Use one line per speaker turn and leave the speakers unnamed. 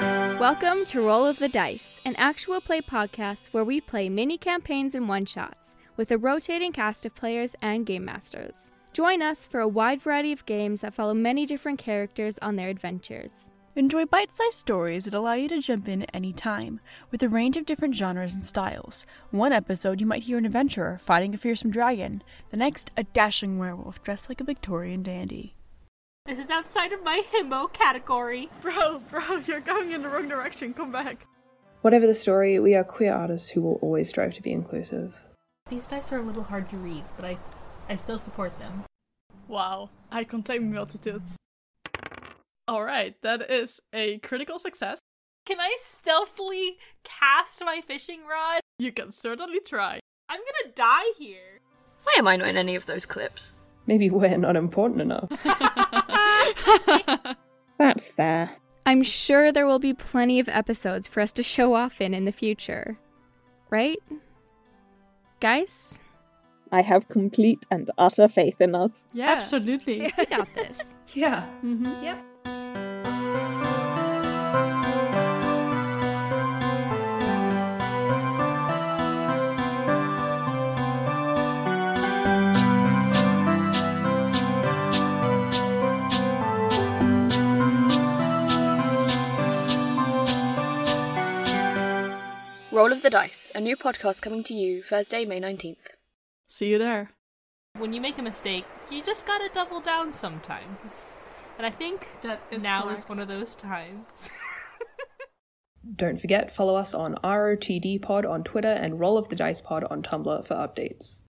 Welcome to Roll of the Dice, an actual play podcast where we play mini campaigns and one shots with a rotating cast of players and game masters. Join us for a wide variety of games that follow many different characters on their adventures.
Enjoy bite sized stories that allow you to jump in at any time, with a range of different genres and styles. One episode, you might hear an adventurer fighting a fearsome dragon, the next, a dashing werewolf dressed like a Victorian dandy.
This is outside of my himbo category.
Bro, bro, you're going in the wrong direction. Come back.
Whatever the story, we are queer artists who will always strive to be inclusive.
These dice are a little hard to read, but I, s- I still support them.
Wow, I contain multitudes. Alright, that is a critical success.
Can I stealthily cast my fishing rod?
You can certainly try.
I'm gonna die here.
Why am I not in any of those clips?
Maybe we're not important enough.
That's fair.
I'm sure there will be plenty of episodes for us to show off in in the future. Right? Guys?
I have complete and utter faith in us.
Yeah. Absolutely.
We got this.
Yeah.
mm-hmm.
Yep.
Roll of the Dice, a new podcast coming to you Thursday, May 19th.
See you there.
When you make a mistake, you just gotta double down sometimes. And I think
That is
now is
correct.
one of those times.
Don't forget, follow us on ROTD Pod on Twitter and Roll of the Dice Pod on Tumblr for updates.